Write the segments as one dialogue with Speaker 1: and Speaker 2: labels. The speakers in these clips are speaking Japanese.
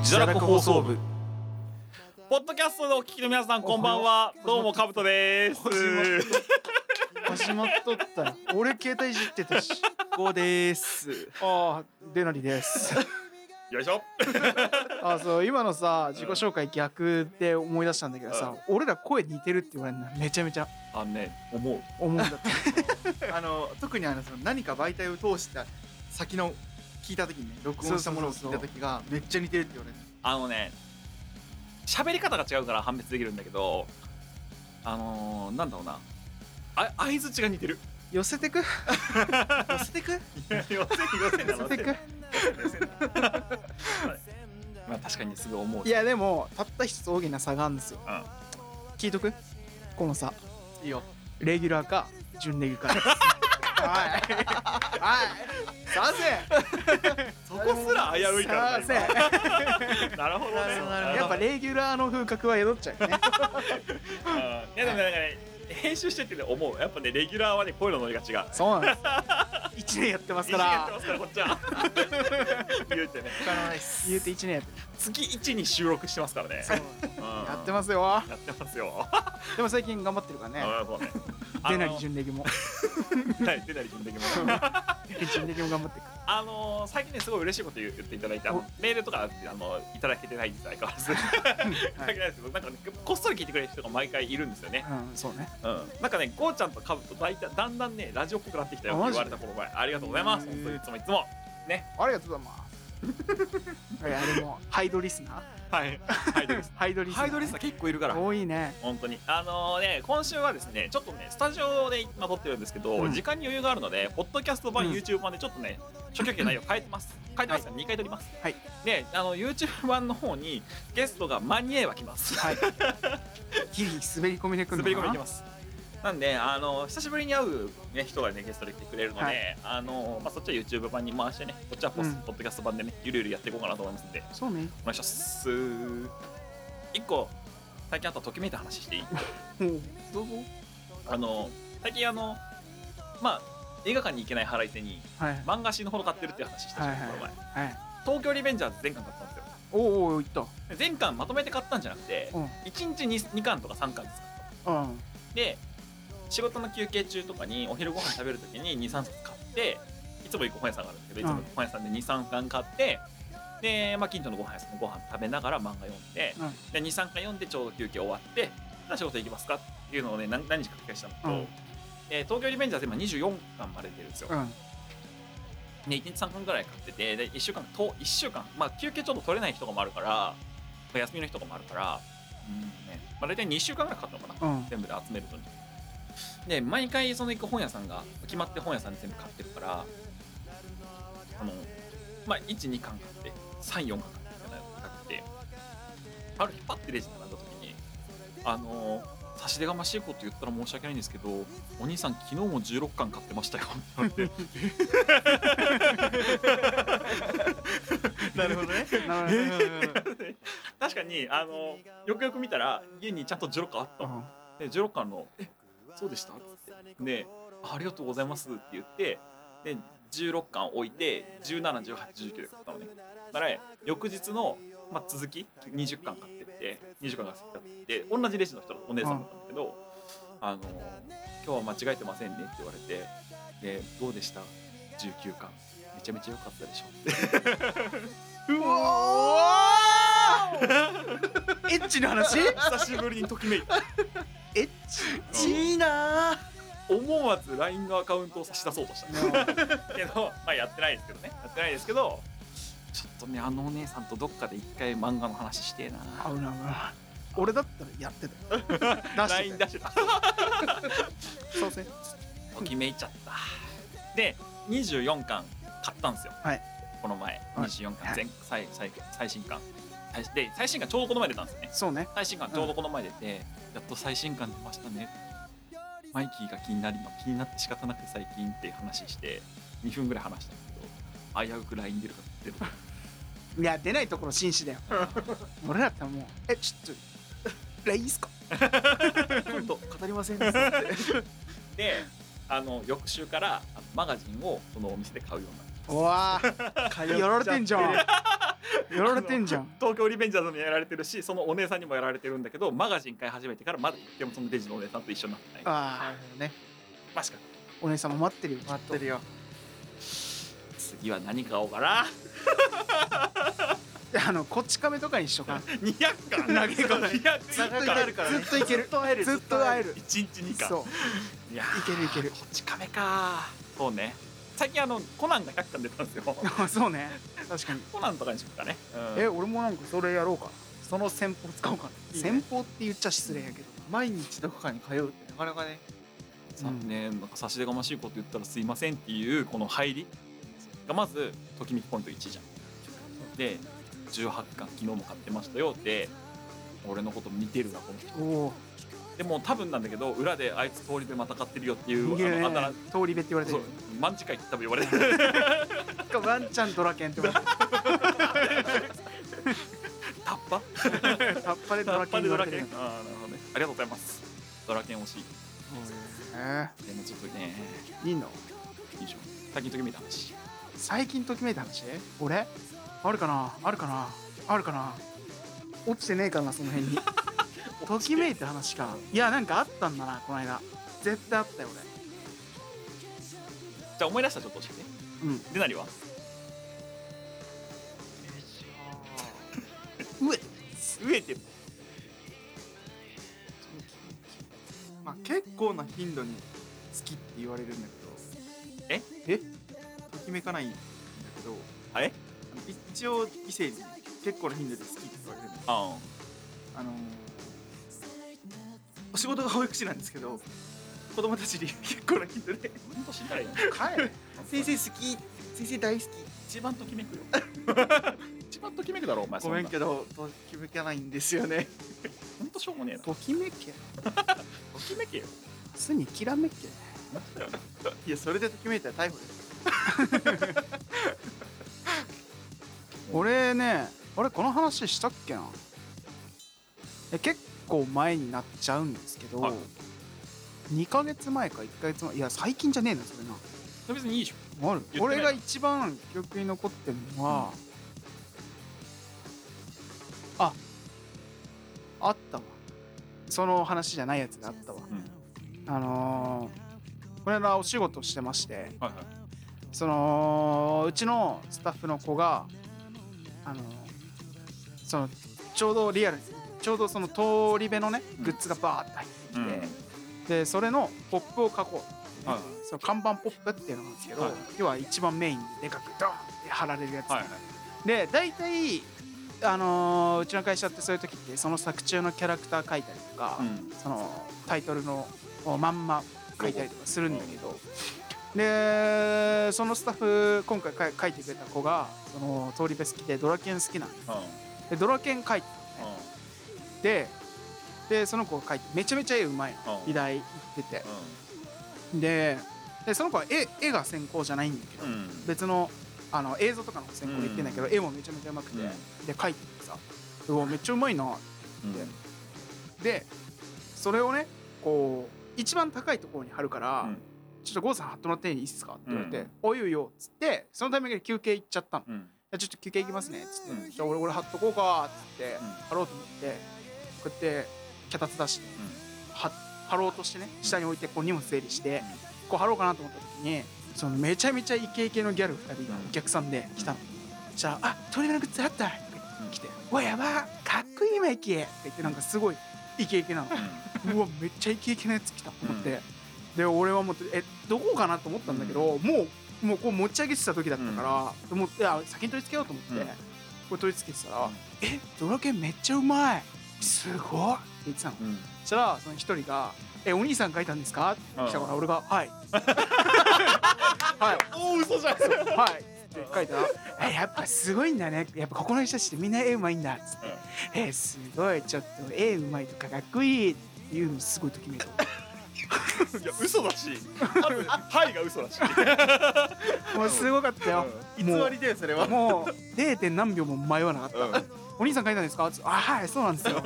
Speaker 1: 自堕落放送部ポッドキャストでお聞きの皆さんこんばんはどうもカブトです
Speaker 2: 始まっとったよ俺携帯いじってたし
Speaker 3: こうです。
Speaker 2: ああでなりです
Speaker 1: よいしょ
Speaker 2: あそう今のさ自己紹介逆で思い出したんだけどさ、俺ら声似てるって言われるのめちゃめちゃ
Speaker 1: あのね思う
Speaker 2: 思うんだって
Speaker 3: あの特にあのその何か媒体を通した先の聞いた時にね録音したものを聞いた時がめっちゃ似てるって言われて
Speaker 1: あのね喋り方が違うから判別できるんだけどあのー、なんだろうなあ相づちが似 てる
Speaker 2: 寄せてく 寄せてく
Speaker 1: 寄せん寄せん
Speaker 2: 寄せてく
Speaker 1: まあ確かにすごい思う
Speaker 2: いやでもたった一つ大きな差があるんですよ、
Speaker 1: うん
Speaker 2: 聞いとくこの差
Speaker 3: いいよ。
Speaker 2: レギュラーか準レギュかですはいはいさ せ
Speaker 1: そこすら危ういから
Speaker 2: さ
Speaker 1: な
Speaker 2: せ
Speaker 1: 今なるほどね
Speaker 3: なるほどなるほど
Speaker 2: やっぱレギュラーの風格は宿っちゃ うよね
Speaker 1: うんいやでもねなんかね編集しててね思うやっぱねレギュラーはね声のノリが違う
Speaker 2: そうなんです1年やってますか
Speaker 1: 一年やって
Speaker 2: ら
Speaker 1: ますからこっちは 言うてね
Speaker 3: 他のないっす。
Speaker 2: 言うて1年やってる
Speaker 1: 月1に収録してますからね
Speaker 3: そう
Speaker 2: や
Speaker 1: や
Speaker 2: ってますよ
Speaker 1: すやってますよ
Speaker 2: でも最近頑張ってるからね
Speaker 1: あそうね
Speaker 2: 出なり準レギュも
Speaker 1: はい出なり順的も
Speaker 2: 準レギュも頑張ってる
Speaker 1: あのー最近ねすごい嬉しいこと言う言っていただいてあのメールとかあのいただけてないんです相変わらず
Speaker 2: は
Speaker 1: 関係ないですけどなんかねこっそり聞いてくれる人が毎回いるんですよね
Speaker 2: うんそ うね
Speaker 1: うんなんかねゴーちゃんとカブと大体だんだんねラジオっぽくなってきたよって
Speaker 2: あマ
Speaker 1: 言
Speaker 2: ジ
Speaker 1: われた頃前ありがとうございます
Speaker 2: へ
Speaker 1: 本
Speaker 2: ー
Speaker 1: 当にいつもいつも
Speaker 2: ありがとうございますいやでもハイドリスナ
Speaker 1: はいハイドリス
Speaker 2: ーハイドリスナー
Speaker 1: ハイドリスナー結構いるから
Speaker 2: 多いね
Speaker 1: 本当にあのね今週はですねちょっとねスタジオで今撮ってるんですけど、
Speaker 2: うん
Speaker 1: 時間に余裕があるのでポッドキャスト版、
Speaker 2: うん
Speaker 1: YouTube 版でちょっとね初期の内容変えて ます変えてますから、2回撮ります
Speaker 2: はい
Speaker 1: であの YouTube 版の方にゲストが間に合えば来ます
Speaker 2: はいギリギリ滑り込みでくる
Speaker 1: 滑
Speaker 2: のか
Speaker 1: り込み行き
Speaker 2: な
Speaker 1: ますなんであの久しぶりに会う、ね、人がねゲストで来てくれるので、
Speaker 2: はい
Speaker 1: あのまあ、そっちは YouTube 版に回してねこっちはポス、
Speaker 2: うん
Speaker 1: ポッドキャスト版でねゆるゆるやっていこうかなと思いますんで
Speaker 2: そうね
Speaker 1: お願いします一個最近あったときめいた話していい
Speaker 2: もうどうぞ
Speaker 1: あの最近あのまあ映画館に行けない腹いせに
Speaker 2: はい
Speaker 1: 漫画死ぬほど買ってるっていう話したじゃん、
Speaker 2: はいはい
Speaker 1: この前
Speaker 2: はい
Speaker 1: 東京リベンジャーズ全巻買ったんですよ
Speaker 2: おうおういった
Speaker 1: で全巻まとめて買ったんじゃなくて
Speaker 2: うん
Speaker 1: 1日に 2, 巻とか3巻です
Speaker 2: うん
Speaker 1: で仕事の休憩中とかにお昼ご飯食べるときに23冊買っていつも行く本屋さんがあるんだけどいつも行く本屋さんで23巻買ってで、まあ、近所のご飯屋さんのご飯食べながら漫画読んで
Speaker 2: うん
Speaker 1: で23巻読んでちょうど休憩終わってじゃあ仕事行きますかっていうのをね何何日か繰り返したんだけど、
Speaker 2: うん
Speaker 1: で東京リベンジャーズ今24巻まで出てるんですよ、
Speaker 2: うん
Speaker 1: ね、1日3巻ぐらい買っててで1週間と1週間、まあ、休憩ちょっと取れない日とかもあるから休みの日とかもあるから、うんねまあ、大体2週間ぐらいかかったのかな
Speaker 2: うん
Speaker 1: 全部で集めるのにで毎回その行く本屋さんが決まって本屋さんで全部買ってるからあのまあ12巻買って34巻買って買ってある日パッてレジに並んだ時にあの差し出がましいこと言ったら申し訳ないんですけどお兄さん昨日も16巻買ってましたよ って言われて
Speaker 3: なるほどね。
Speaker 2: なるほどね
Speaker 1: 確かにあのよくよく見たら家にちゃんと16巻あった
Speaker 2: う
Speaker 1: の
Speaker 2: ん
Speaker 1: で16巻の「えそうでした?」っつってで「あありがとうございます」って言ってで16巻置いて171819で買ったのねだから翌日の、まあ、続き20巻買ってって20巻が買ってって同じレジの人のお姉さんだったんだけど「あの今日は間違えてませんね」って言われて「でどうでした19巻めちゃめちゃ良かったでしょ」
Speaker 2: うおーエッチの 話
Speaker 1: 久しぶりにときめいた
Speaker 2: エッチいいな
Speaker 1: 思わず LINE のアカウントを差し出そうとした
Speaker 2: ー
Speaker 1: けど、まあやってないですけどね。やってないですけど、ちょっとね、あのお姉さんとどっかで一回漫画の話してえな。
Speaker 2: 合うな合うな俺だったらやってたよ出
Speaker 1: LINE
Speaker 2: して
Speaker 1: 出してた。
Speaker 2: たそうね
Speaker 1: ときめいちゃった。で、24巻買ったんですよ。
Speaker 2: はい
Speaker 1: この前、
Speaker 2: はい
Speaker 1: 24巻、全最最最新巻。最で、最新巻ちょうどこの前出たんですよね。
Speaker 2: そうね
Speaker 1: 最新巻ちょうどこの前出て、やっと最新巻出ましたねマイキーが気になりま気になって仕方なく最近っていう話して2分ぐらい話したんだけど危うく LINE 出るかって言っ て
Speaker 2: いや出ないところ紳士だよ俺だったらもうえちょっと LINE いいっすか今度語りませんね
Speaker 1: であの翌週からあのマガジンをそのお店で買うようになっ
Speaker 2: うわあやられてんじゃんやられてんじゃ ん
Speaker 1: 東京リベンジャーズにやられてるしそのお姉さんにもやられてるんだけどマガジン買い始めてからまだ一回もそのデジのお姉さんと一緒になってない
Speaker 3: な
Speaker 2: ああ
Speaker 3: るほどね
Speaker 1: まあしか
Speaker 2: お姉さんも待ってるよ
Speaker 3: 待ってるよ
Speaker 1: 次は何買おうかな
Speaker 2: あのこっち亀とかにしようかな
Speaker 1: 200巻投げ込200
Speaker 3: ずっといけるからね
Speaker 2: ずっといける
Speaker 3: ずっと会える
Speaker 2: ずっと会え
Speaker 3: る
Speaker 2: る
Speaker 1: 1日2巻
Speaker 2: そう
Speaker 1: いや
Speaker 2: いけるいける
Speaker 1: こっち亀かそうね最近あのコナンが100巻出たんです よ
Speaker 2: そうね確かに
Speaker 1: コナンとかにしようかね、うん
Speaker 2: え俺もなんかそれやろうかその戦法使おうか
Speaker 3: いいね
Speaker 2: 戦法って言っちゃ失礼やけど
Speaker 3: 毎日どこかに通うってなかなかね
Speaker 1: さねなんか差し出がましいこと言ったらすいませんっていうこの入りがまずときめきポイント1じゃんで18巻昨日も買ってましたよって俺のこと見てるなこの人
Speaker 2: おお
Speaker 1: でも多分なんだけど裏であいつ通りでまた買ってるよっていう
Speaker 2: 逃げる
Speaker 1: あのあ
Speaker 2: ね通り部って言わ
Speaker 1: だ名
Speaker 2: れて
Speaker 1: そう
Speaker 2: る
Speaker 1: 万次会って多分言われて る
Speaker 2: かワンちゃんドラケンって言われ
Speaker 1: タッパ
Speaker 2: てるタッパでド
Speaker 1: タッ
Speaker 2: ラケ
Speaker 1: パ
Speaker 2: ン
Speaker 1: で
Speaker 2: 言
Speaker 1: ド
Speaker 2: わ
Speaker 1: ラ
Speaker 2: れ
Speaker 1: ケ
Speaker 2: て
Speaker 1: ンあーな
Speaker 2: る
Speaker 1: るほどねありがとうございますドラケン惜しい
Speaker 2: ね
Speaker 1: でもちょっとね
Speaker 2: いいの
Speaker 1: 以上最近ときめいた話
Speaker 2: 最近ときめいた話俺あるかなあるかなあるかな落ちてねえかなその 辺にときめいた話かいやなんかあったんだなこの間絶対あったよ
Speaker 1: じゃあ思い出したらちょっと教えて
Speaker 2: 俺うん
Speaker 1: でなりは
Speaker 2: うえ
Speaker 1: 飢えてる
Speaker 3: まあ結構な頻度に好きって言われるんだけど
Speaker 2: え
Speaker 3: ときめかないんだけど
Speaker 1: あれ
Speaker 3: あの一応異性に結構な頻度で好きって言われるんだけど
Speaker 1: あ
Speaker 3: あのーお仕事が保育士なんですけど子供たちに 結構な頻度で
Speaker 1: あ本当死んだらいいの
Speaker 2: 帰れ
Speaker 3: 「 先生好き先生大好き
Speaker 1: 一番とき めくよ一番ときめくだろお前」
Speaker 3: ごめん
Speaker 1: ど
Speaker 3: けどときめかないんですよね
Speaker 1: ほんとしょうもねえなと
Speaker 2: ときめけ
Speaker 1: きめけよ
Speaker 2: すにきらめけ
Speaker 3: いやそれでときめいたら逮捕です
Speaker 2: 俺ね俺この話したっけなえ結構前になっちゃうんですけど、
Speaker 1: はい
Speaker 2: 2ヶ月前か1ヶ月前いや最近じゃねえなそれな
Speaker 1: 別にいいでしょ
Speaker 2: ある
Speaker 1: 言ってない
Speaker 2: 俺が一番記憶に残ってるのは、ああったわその話じゃないやつがあったわ、あのー、これらお仕事してまして
Speaker 1: はいはい
Speaker 2: そのうちのスタッフの子があのーそのちょうどリアルちょうどその通り部のねグッズがバーって入って
Speaker 1: うん
Speaker 2: きて、でそれのポップを書こう
Speaker 1: はい
Speaker 2: その看板ポップっていうのなんですけど、
Speaker 1: はい
Speaker 2: 要は一番メインにでかくドーンって貼られるやつ、
Speaker 1: はいはい
Speaker 2: で大体、あのーうちの会社ってそういう時ってその作中のキャラクター書いたりとか、
Speaker 1: うん
Speaker 2: そのタイトルのまんま書いたりとかするんだけどでそのスタッフ今回か書いてくれた子がその通り部好きでドラケン好きなんで
Speaker 1: うん
Speaker 2: すでドラケン書いててでその子が書いてめちゃめちゃ絵うまいの
Speaker 1: うん
Speaker 2: 美大行ってて。ででその子は絵絵が専攻じゃないんだけど、
Speaker 1: うんうん
Speaker 2: 別のあの映像とかの専攻で言ってんだけど、
Speaker 1: う
Speaker 2: 絵もめちゃめちゃうまくて、
Speaker 1: うん
Speaker 2: で描いててさうわめっちゃうまいな
Speaker 1: うん
Speaker 2: でそれをねこう一番高いところに貼るから、
Speaker 1: うん
Speaker 2: ちょっと郷さん貼ってもらっていいですか?」って言われて「
Speaker 1: うん
Speaker 2: おいよいよ」っつってそのタイミングで休憩行っちゃったの「い
Speaker 1: うん
Speaker 2: やちょっと休憩行きますね」っつって「
Speaker 1: うん
Speaker 2: じゃあ俺俺貼っとこうか」っつって、
Speaker 1: うん
Speaker 2: 貼ろうと思ってこうやって脚立出しては貼ろうとしてね下に置いてこう荷物整理してこう貼ろうかなと思った時にそのめちゃめちゃイケイケのギャル2人がお客さんで来たの。じゃあ「あ鳥のグッズあった!」って来て「うわやばーかっこいいマイキー!」って言ってなんかすごいイケ イケなの。うわめっちゃイケイケなやつ来たと思って、で俺はもうえどこかなと思ったんだけど、もうもうこう持ち上げてた時だったから、と思ってあ先に取り付けようと思って、
Speaker 1: うん
Speaker 2: これ取り付けてたら「
Speaker 1: うん
Speaker 2: えドラケンめっちゃうまいすごい!」って言ってたの。
Speaker 1: うん
Speaker 2: そしたらその一人が「えお兄さん書いたんですか?」って来たから俺が「はい」はい
Speaker 1: おお嘘じゃん
Speaker 2: そうはい」って書いたら「えやっぱすごいんだねやっぱここの人たちってみんな絵うまいんだ」っつって「えすごいちょっと絵うまいとかかっこいい」って言うのすごいときめいた
Speaker 1: いや嘘だしまずはいが嘘だし
Speaker 2: もうすごかったよ、
Speaker 3: 偽
Speaker 2: もう
Speaker 3: りだよそれは
Speaker 2: もう 0. 点何秒も迷わなかった、
Speaker 1: うん
Speaker 2: お兄さん書いたんですかつってあはいそうなんですよ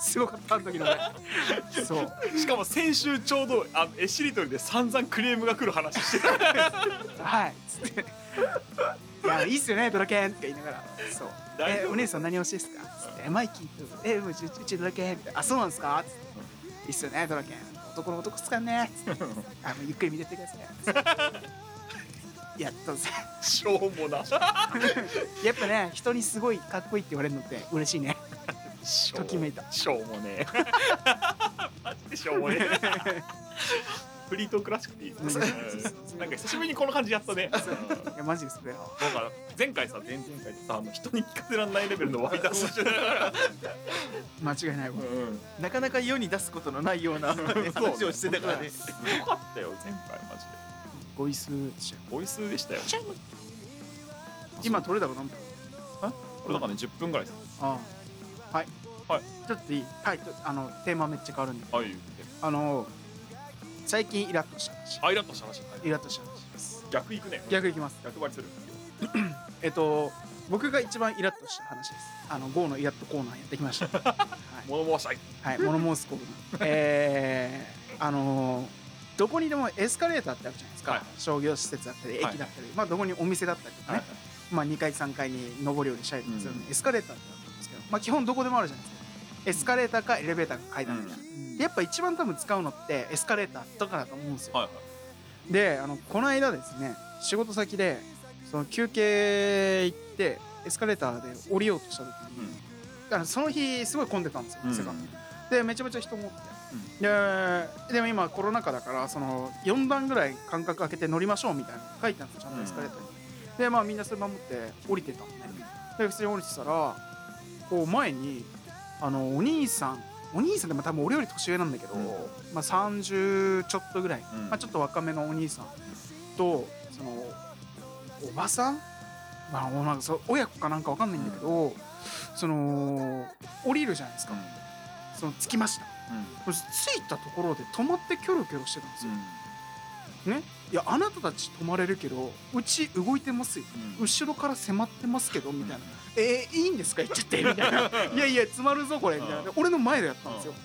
Speaker 2: すごかったあの時の俺そう
Speaker 1: しかも先週ちょうどあの絵しりとりで散々クレームが来る話してた
Speaker 2: はいつって「いやいいっすよねドラケン」とか言いながら「そう
Speaker 1: 大
Speaker 2: え
Speaker 1: 丈夫
Speaker 2: お姉さん何推しですか?」つって「えマイキー」えうちうちうちドラケン」みたいな「あそうなんですか?」つって「いいっすよねドラケン男の男っすかんね」つってあもうゆっくり見てってください」つって やっとさ
Speaker 1: しょうもな。
Speaker 2: やっぱね人にすごいかっこいいって言われるのって嬉しいねときめいた
Speaker 1: しょうも ねえ。マジでしょうもねえ。フリートークらしくていいね。
Speaker 2: そう
Speaker 1: うんなんか久しぶりにこの感じやったね。うん
Speaker 2: いやマジでそれ
Speaker 1: なんか前回さ前々回でさあの人に聞かせられないレベルのワイダースしてたから。
Speaker 2: 間違いないわ
Speaker 1: うん
Speaker 3: なかなか世に出すことのないような話をしてたからね
Speaker 1: すごかったよ前回マジで。
Speaker 2: ボイスでしょ
Speaker 1: ボイスでしたよ。
Speaker 2: 今取れたか何分
Speaker 1: これだからね10分ぐらいです。
Speaker 2: ああはい
Speaker 1: はい
Speaker 2: ちょっといいはいとあのテーマめっちゃ変わるんで
Speaker 1: ああいう
Speaker 2: あの最近イラッとした話
Speaker 1: アイラッとした話じゃない。
Speaker 2: イラッとした話です
Speaker 1: 逆行くね。
Speaker 2: 逆いきます
Speaker 1: 逆張りする。
Speaker 2: えっと僕が一番イラッとした話ですあの GO のイラッとコーナーやってきました はい、
Speaker 1: 物申したい。
Speaker 2: はい、物申すコーナー えー、あのどこにでもエスカレーターってあるじゃないですか、
Speaker 1: はい
Speaker 2: 商業施設だったり駅だ
Speaker 1: は
Speaker 2: っ
Speaker 1: い
Speaker 2: たり、まあどこにお店だったりとかね、まあ、2階3階に上り下りしたりするのにエスカレーターってあるんですけど、まあ、基本どこでもあるじゃないですかエスカレーターかエレベーターか階段みたいな、でやっぱ一番多分使うのってエスカレーターとかだと思うんですよ、
Speaker 1: はいはい。
Speaker 2: であのこの間ですね仕事先でその休憩行ってエスカレーターで降りようとした時に、あのその日すごい混んでたんですよ
Speaker 1: うん
Speaker 2: 店が、でめちゃめちゃ人も多くて、ででも今コロナ禍だからその4段ぐらい間隔空けて乗りましょうみたいなの書いてあるんですよちゃんとエスカレーターに、でまあみんなそれ守って降りてたのねで普通に降りてたらこう前にあのお兄さんお兄さんでも多分俺より年上なんだけど、
Speaker 1: うん
Speaker 2: まあ、30ちょっとぐらい、
Speaker 1: うん
Speaker 2: まあ、ちょっと若めのお兄さんとそのおばさん、まあ、おなんかそう親子かなんかわかんないんだけど、その降りるじゃないですか、その着きました
Speaker 1: うん
Speaker 2: そして着いたところで止まってキョロキョロしてたんですよ、ねいやあなたたち止まれるけどうち動いてますよ
Speaker 1: うん
Speaker 2: 後ろから迫ってますけどみたいな、えー、いいんですか言っちゃってみた いないやいや詰まるぞこれみたいな
Speaker 1: うん
Speaker 2: 俺の前でやったんですよ、だか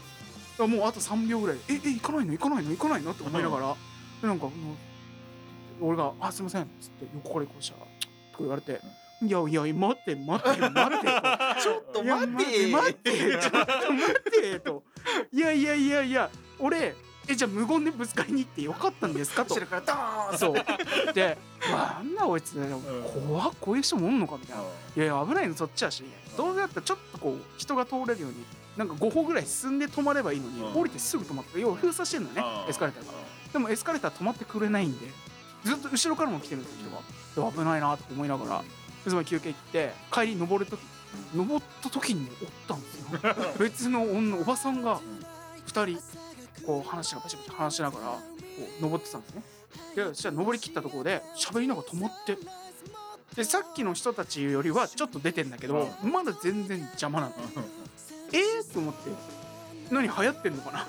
Speaker 2: らもうあと3秒ぐらいでええ行かないの行かないの行かないのって思いながら、でなんかもう俺が「あすいません」っつって横からこうしたら「チッ」とか言われて「いやいや待って待って待って」
Speaker 3: ちょっと
Speaker 2: いや
Speaker 3: 待って
Speaker 2: 待ってちょっと待ってといやいやいやいや俺えじゃあ無言でぶつかりに行ってよかったんですかと
Speaker 3: 後ろからドーン
Speaker 2: そうで「まあ、なんだこいつ、怖っこういう人もおんのか」みたいな「いやいや危ないのそっちやしいやどうやったらちょっとこう人が通れるようになんか5歩ぐらい進んで止まればいいのに、
Speaker 1: うん
Speaker 2: 降りてすぐ止まって要は封鎖してんのねエスカレーターがでもエスカレーター止まってくれないんでずっと後ろからも来てるんですよ人がで危ないなって思いながらでその休憩行って帰り登る時登った時におったん ですよ別の女おばさんが2人こう話がバチバチ話しながらこう登ってたんですねでそしたら登り切ったところで喋りながら止まってでさっきの人たちよりはちょっと出てんだけどまだ全然邪魔なのええー、と思って何流行ってんのか な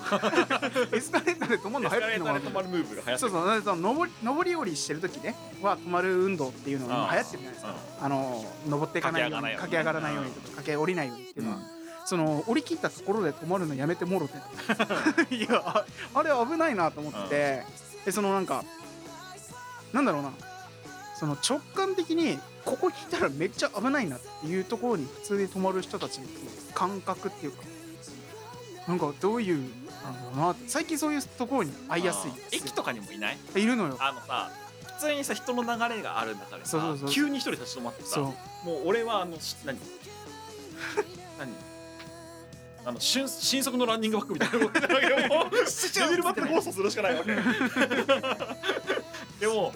Speaker 2: エスカレーターで止まる
Speaker 1: エ
Speaker 2: の
Speaker 1: ス
Speaker 2: 流
Speaker 1: カ
Speaker 2: 行って
Speaker 1: レー
Speaker 2: ん
Speaker 1: タ
Speaker 2: のか
Speaker 1: ー
Speaker 2: な
Speaker 1: で止まるムーブが流行って
Speaker 2: そう
Speaker 1: る
Speaker 2: そうそう上り上り下りしてる時ねは止まる運動っていうのが流行ってるじゃないですかあの登っていかないように駆
Speaker 1: 駆け
Speaker 2: け上
Speaker 1: 上
Speaker 2: が
Speaker 1: が
Speaker 2: ら
Speaker 1: ら
Speaker 2: な
Speaker 1: ないい
Speaker 2: よ
Speaker 1: よ
Speaker 2: う
Speaker 1: う
Speaker 2: に
Speaker 1: に
Speaker 2: とか駆け降りないようにっていうのは、
Speaker 1: うん
Speaker 2: その降り切ったところで止まるのやめてもろて いやああれ危ないなと思って、でそのなんかなんだろうなその直感的にここ来たらめっちゃ危ないなっていうところに普通に止まる人たちの感覚っていうかなんかどういうなんだろうなって最近そういうところに会いやすいんですよ
Speaker 1: 駅とかにもいない
Speaker 2: いるのよ
Speaker 1: あのさ普通にさ人の流れがある中で
Speaker 2: そうそ
Speaker 1: さ
Speaker 2: うそう
Speaker 1: 急に一人立ち止まってさ
Speaker 2: そう
Speaker 1: もう俺はあのし何 何あの瞬新速のランニングバックみたいな動きなわけよもう レベルバックで暴走するしかないわけ でも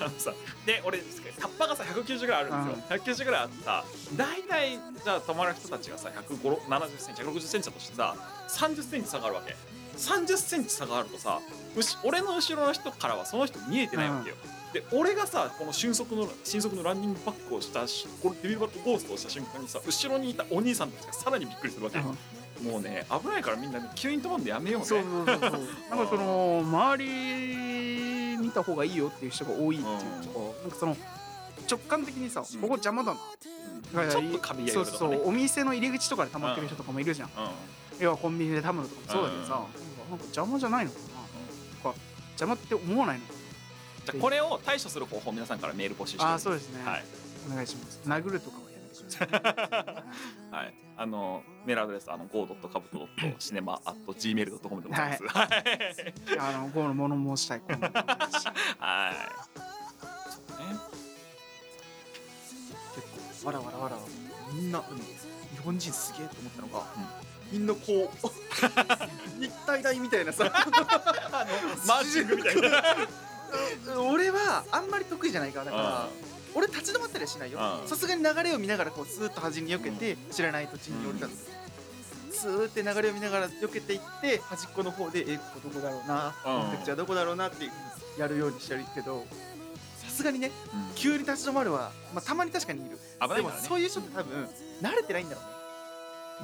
Speaker 1: あのさで俺カッパがさ190ぐらいあるんですよ190ぐらいあってさ大体じゃあ泊まる人たちがさ170センチ160センチだとしてさ30センチ差があるわけ30センチ差があるとさうし俺の後ろの人からはその人見えてないわけよ、で俺がさこの俊足の新速のランニングバックをしたしこのデビルバックゴーストをした瞬間にさ後ろにいたお兄さんたちがさらにびっくりするわけ、 もうね危ないからみんなね急に止まんでやめようね
Speaker 2: そうそうそうそうなんかその周り見た方がいいよっていう人が多いっていうか、なんかその直感的にさ、
Speaker 1: うん
Speaker 2: ここ邪魔だな
Speaker 1: うんちょっとカビや
Speaker 2: そ
Speaker 1: る
Speaker 2: う
Speaker 1: とかね
Speaker 2: そうお店の入り口とかで溜まってる人とかもいるじゃん、要はコンビニでタムのとかもそうだけどさ、なんか邪魔じゃないのかな、とか邪魔って思わないのかな
Speaker 1: じゃあこれを対処する方法皆さんからメール募集しており
Speaker 2: あ
Speaker 1: ま
Speaker 2: あ
Speaker 1: す
Speaker 2: そうです ね、
Speaker 1: はい、
Speaker 2: お願いします殴るとかはやめてくださ い
Speaker 1: はい、 あのメールアドレスあの go. カブトシネマ at gmail.com でございます。はい、
Speaker 2: あのゴーの物申したい コーナーもですし
Speaker 1: はい、そうね
Speaker 3: 結構わらわらわらみんな、うん、日本人すげえと思ったのが、みんなこう日体大みたいなさ
Speaker 1: マージングみたいな。
Speaker 3: 俺はあんまり得意じゃないからだから
Speaker 1: う
Speaker 3: 俺立ち止まったりはしないよ
Speaker 1: うん
Speaker 3: さすがに流れを見ながらこうスーッと端に避けて知らない土地に降りたんですよスーッて流れを見ながら避けていって端っこの方でえここどこだろうな
Speaker 1: うん
Speaker 3: こっちはどこだろうなってやるようにしてるけどさすがにね
Speaker 1: うん
Speaker 3: 急に立ち止まるは、まあ、たまに確かにいる
Speaker 1: 危ない
Speaker 3: で
Speaker 1: か
Speaker 3: も
Speaker 1: らね
Speaker 3: そういう人って多分慣れてないんだろう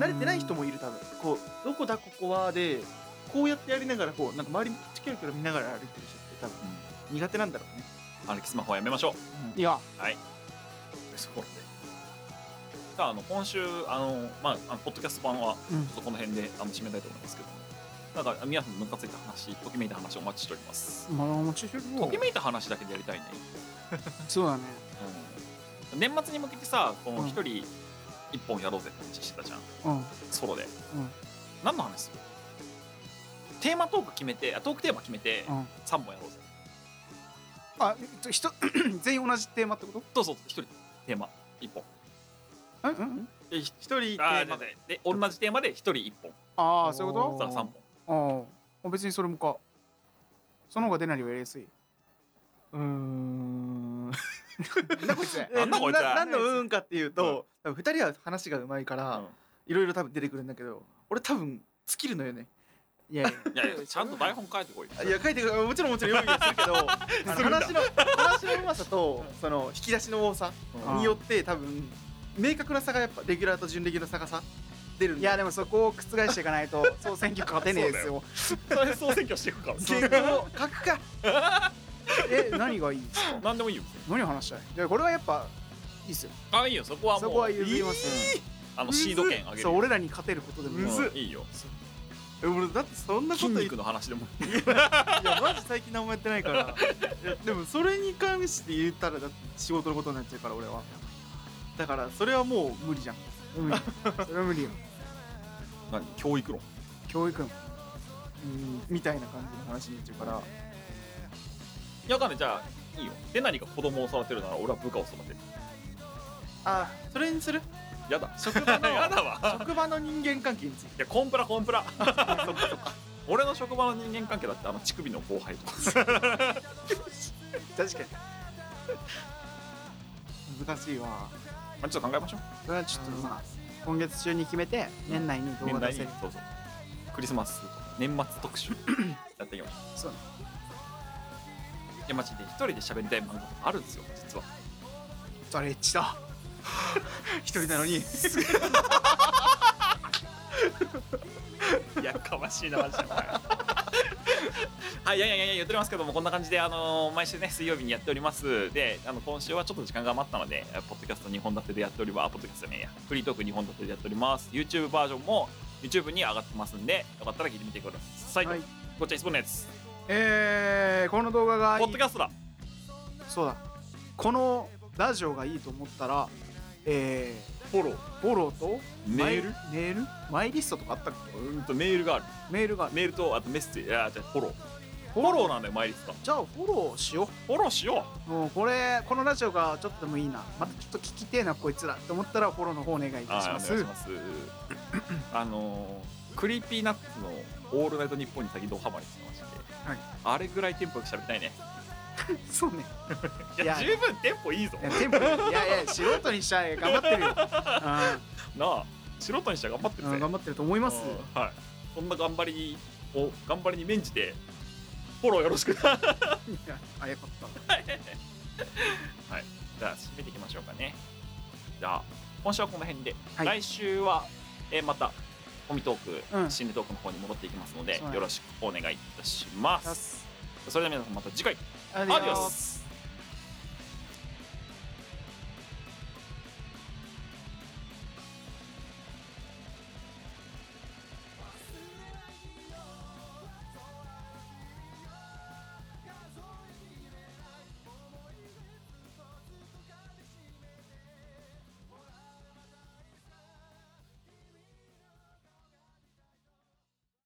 Speaker 3: ね慣れてない人もいる多分こうどこだここはでこうやってやりながらこうなんか周りもキョロキョロ見ながら歩いてる人って多分苦手なんだろうね
Speaker 1: うん歩きスマホはやめましょう。
Speaker 2: いや
Speaker 1: そうね。さああの今週あのまああのポッドキャスト版はち
Speaker 2: う
Speaker 1: ょ
Speaker 2: ん
Speaker 1: っとこの辺であの締めたいと思いますけども、なんか皆さんのムカついた話、ときめいた話をお待ちしております。
Speaker 2: まあもちろ
Speaker 1: と
Speaker 2: ん
Speaker 1: きめいた話だけでやりたいね。
Speaker 2: そうだね
Speaker 1: うん、年末に向けてさ、こ
Speaker 2: う
Speaker 1: の
Speaker 2: ん
Speaker 1: 一人一本やろうぜって話してたじゃん。
Speaker 2: うん
Speaker 1: ソロで。
Speaker 2: うん
Speaker 1: 何の話する？テーマトーク決めて、あトークテーマ決めて
Speaker 2: うん
Speaker 1: 三本やろうぜ。
Speaker 2: あえっと 人全員同じテーマってこと
Speaker 1: どうぞ一人テーマ一本。
Speaker 2: うんうん
Speaker 1: えひ
Speaker 3: 一人テ
Speaker 1: あー
Speaker 3: ーマ
Speaker 1: でで同じテーマで一人一本。
Speaker 2: ああそういうこ
Speaker 1: さあ
Speaker 2: と
Speaker 1: 三本。
Speaker 2: ああ別にそれもかその方が出ないよりやりやすいう
Speaker 3: ー ん
Speaker 2: なこいつ
Speaker 1: なんだこいつ
Speaker 3: ななんのうんかっていうと、多分2人は話がうまいから、
Speaker 1: うん
Speaker 3: いろいろ多分出てくるんだけど俺多分尽きるのよね
Speaker 2: いやいや
Speaker 1: いやいやちゃんと台本書いてこいよ。
Speaker 3: いや書いてくるもちろんもちろん用意 はするけどあの話の話のうまさとその引き出しの多さ
Speaker 2: うん
Speaker 3: によって多分明確な差がやっぱレギュラーと準レギュラーの差がさ出るん
Speaker 2: い
Speaker 3: だよ
Speaker 2: やでもそこを覆していかない と総選挙勝てねえですよ
Speaker 1: それ総選挙していくから。
Speaker 3: 結構書くか
Speaker 2: え何がいいですか
Speaker 1: なんでもいいよ。
Speaker 2: 何話したいじゃあこれはやっぱいいっすよ
Speaker 1: あいいよそこはもう
Speaker 2: そこは譲りますよ
Speaker 1: あのシード権あげる
Speaker 2: そう
Speaker 1: よ。
Speaker 2: 俺らに勝てることでもいい
Speaker 3: む
Speaker 2: わ
Speaker 3: ず
Speaker 1: うんいいよ。
Speaker 3: え俺だってそんなこ
Speaker 1: 筋
Speaker 3: と言って
Speaker 1: 肉の話でもいい。
Speaker 3: いやマジ最近何もやってないからいやでもそれに関して言ったらだって仕事のことになっちゃうから俺はだからそれはもう無理じゃん
Speaker 2: 無理それは無理よ
Speaker 1: 何教育論。
Speaker 2: 教育の
Speaker 3: うんみたいな感じの話になっちゃうから
Speaker 1: いやわかんないじゃあいいよ。で何か子供を育てるなら俺は部下を育てる。
Speaker 3: あそれにする
Speaker 1: やだ。
Speaker 3: 職場 の
Speaker 1: やだわ。
Speaker 3: 職場の人間関係について
Speaker 1: いやコンプラコンプラ。俺の職場の人間関係だってあの乳首の後輩と か。
Speaker 2: 確かに
Speaker 3: 難しいわ
Speaker 1: まあちょっと考えましょう。
Speaker 2: それはちょっとまあ今月中に決めて年内に動
Speaker 1: 年
Speaker 2: 画
Speaker 1: 内
Speaker 2: 出
Speaker 1: に
Speaker 2: せる
Speaker 1: そうそう。クリスマス年末特 集やっていきましょう。
Speaker 2: そうね
Speaker 1: いやマジで一人で喋りたい漫画とかあるんですよ実は。
Speaker 2: ドレッチだ 一人なのに
Speaker 1: い やかましいなマジでお前はいいやいやいや言っておりますけどもこんな感じであのー毎週ね水曜日にやっておりますであの今週はちょっと時間が余ったのでえーポッドキャスト2本立てでやっておりますポッドキャストじゃねえやフリートーク2本立てでやっております YouTube バージョンも YouTube に上がってますんでよかったら聞いてみてください、
Speaker 2: はい
Speaker 1: こっちはイスポンのやつ
Speaker 2: えー、この動画がい
Speaker 1: ポ
Speaker 2: い
Speaker 1: ッドキャストだ
Speaker 2: そうだこのラジオがいいと思ったらえ
Speaker 1: フォロー
Speaker 2: ー、フォローと
Speaker 1: メール
Speaker 2: マイメールマイリストとかあったっけ
Speaker 1: うんとメールがある
Speaker 2: メールがある
Speaker 1: メールとあとメッセージあじゃフォローフォローなんだよ毎日さ
Speaker 2: じゃあフォローしよ
Speaker 1: フォローしよ
Speaker 2: うもうこれこのラジオがちょっとでもいいなまたちょっと聞きてえなこいつらと思ったらフォローの方お願いい
Speaker 1: は
Speaker 2: た
Speaker 1: い
Speaker 2: し
Speaker 1: お願い
Speaker 2: ま
Speaker 1: し
Speaker 2: す
Speaker 1: ますあのー、クリーピーナッツの「オールナイトニッポン」に先どハマりしてまして、
Speaker 2: はい
Speaker 1: あれぐらいテンポよく喋りたいね
Speaker 2: そうね
Speaker 1: いや
Speaker 2: いや
Speaker 1: 十分テンポいいぞ
Speaker 2: いやテンポいやいや素人にしちゃえ頑張ってる
Speaker 1: な
Speaker 2: よ、
Speaker 1: あ素人にしては頑張ってる
Speaker 2: うんう
Speaker 1: ぜ
Speaker 2: ん、頑張ってると思います
Speaker 1: うんはいそんな頑張りを頑張りに免じてフォローよろしくじ
Speaker 2: いやあよかった
Speaker 1: ゃあ締めていきましょうかねじゃあ今週はこの辺で、
Speaker 2: はい
Speaker 1: 来週は、えーまたコミトーク、
Speaker 2: うん
Speaker 1: 心理トークの方に戻っていきますので
Speaker 2: そうなんです
Speaker 1: よろしくお願いいたしますそれでは皆さんまた次回
Speaker 2: ア
Speaker 1: アディオス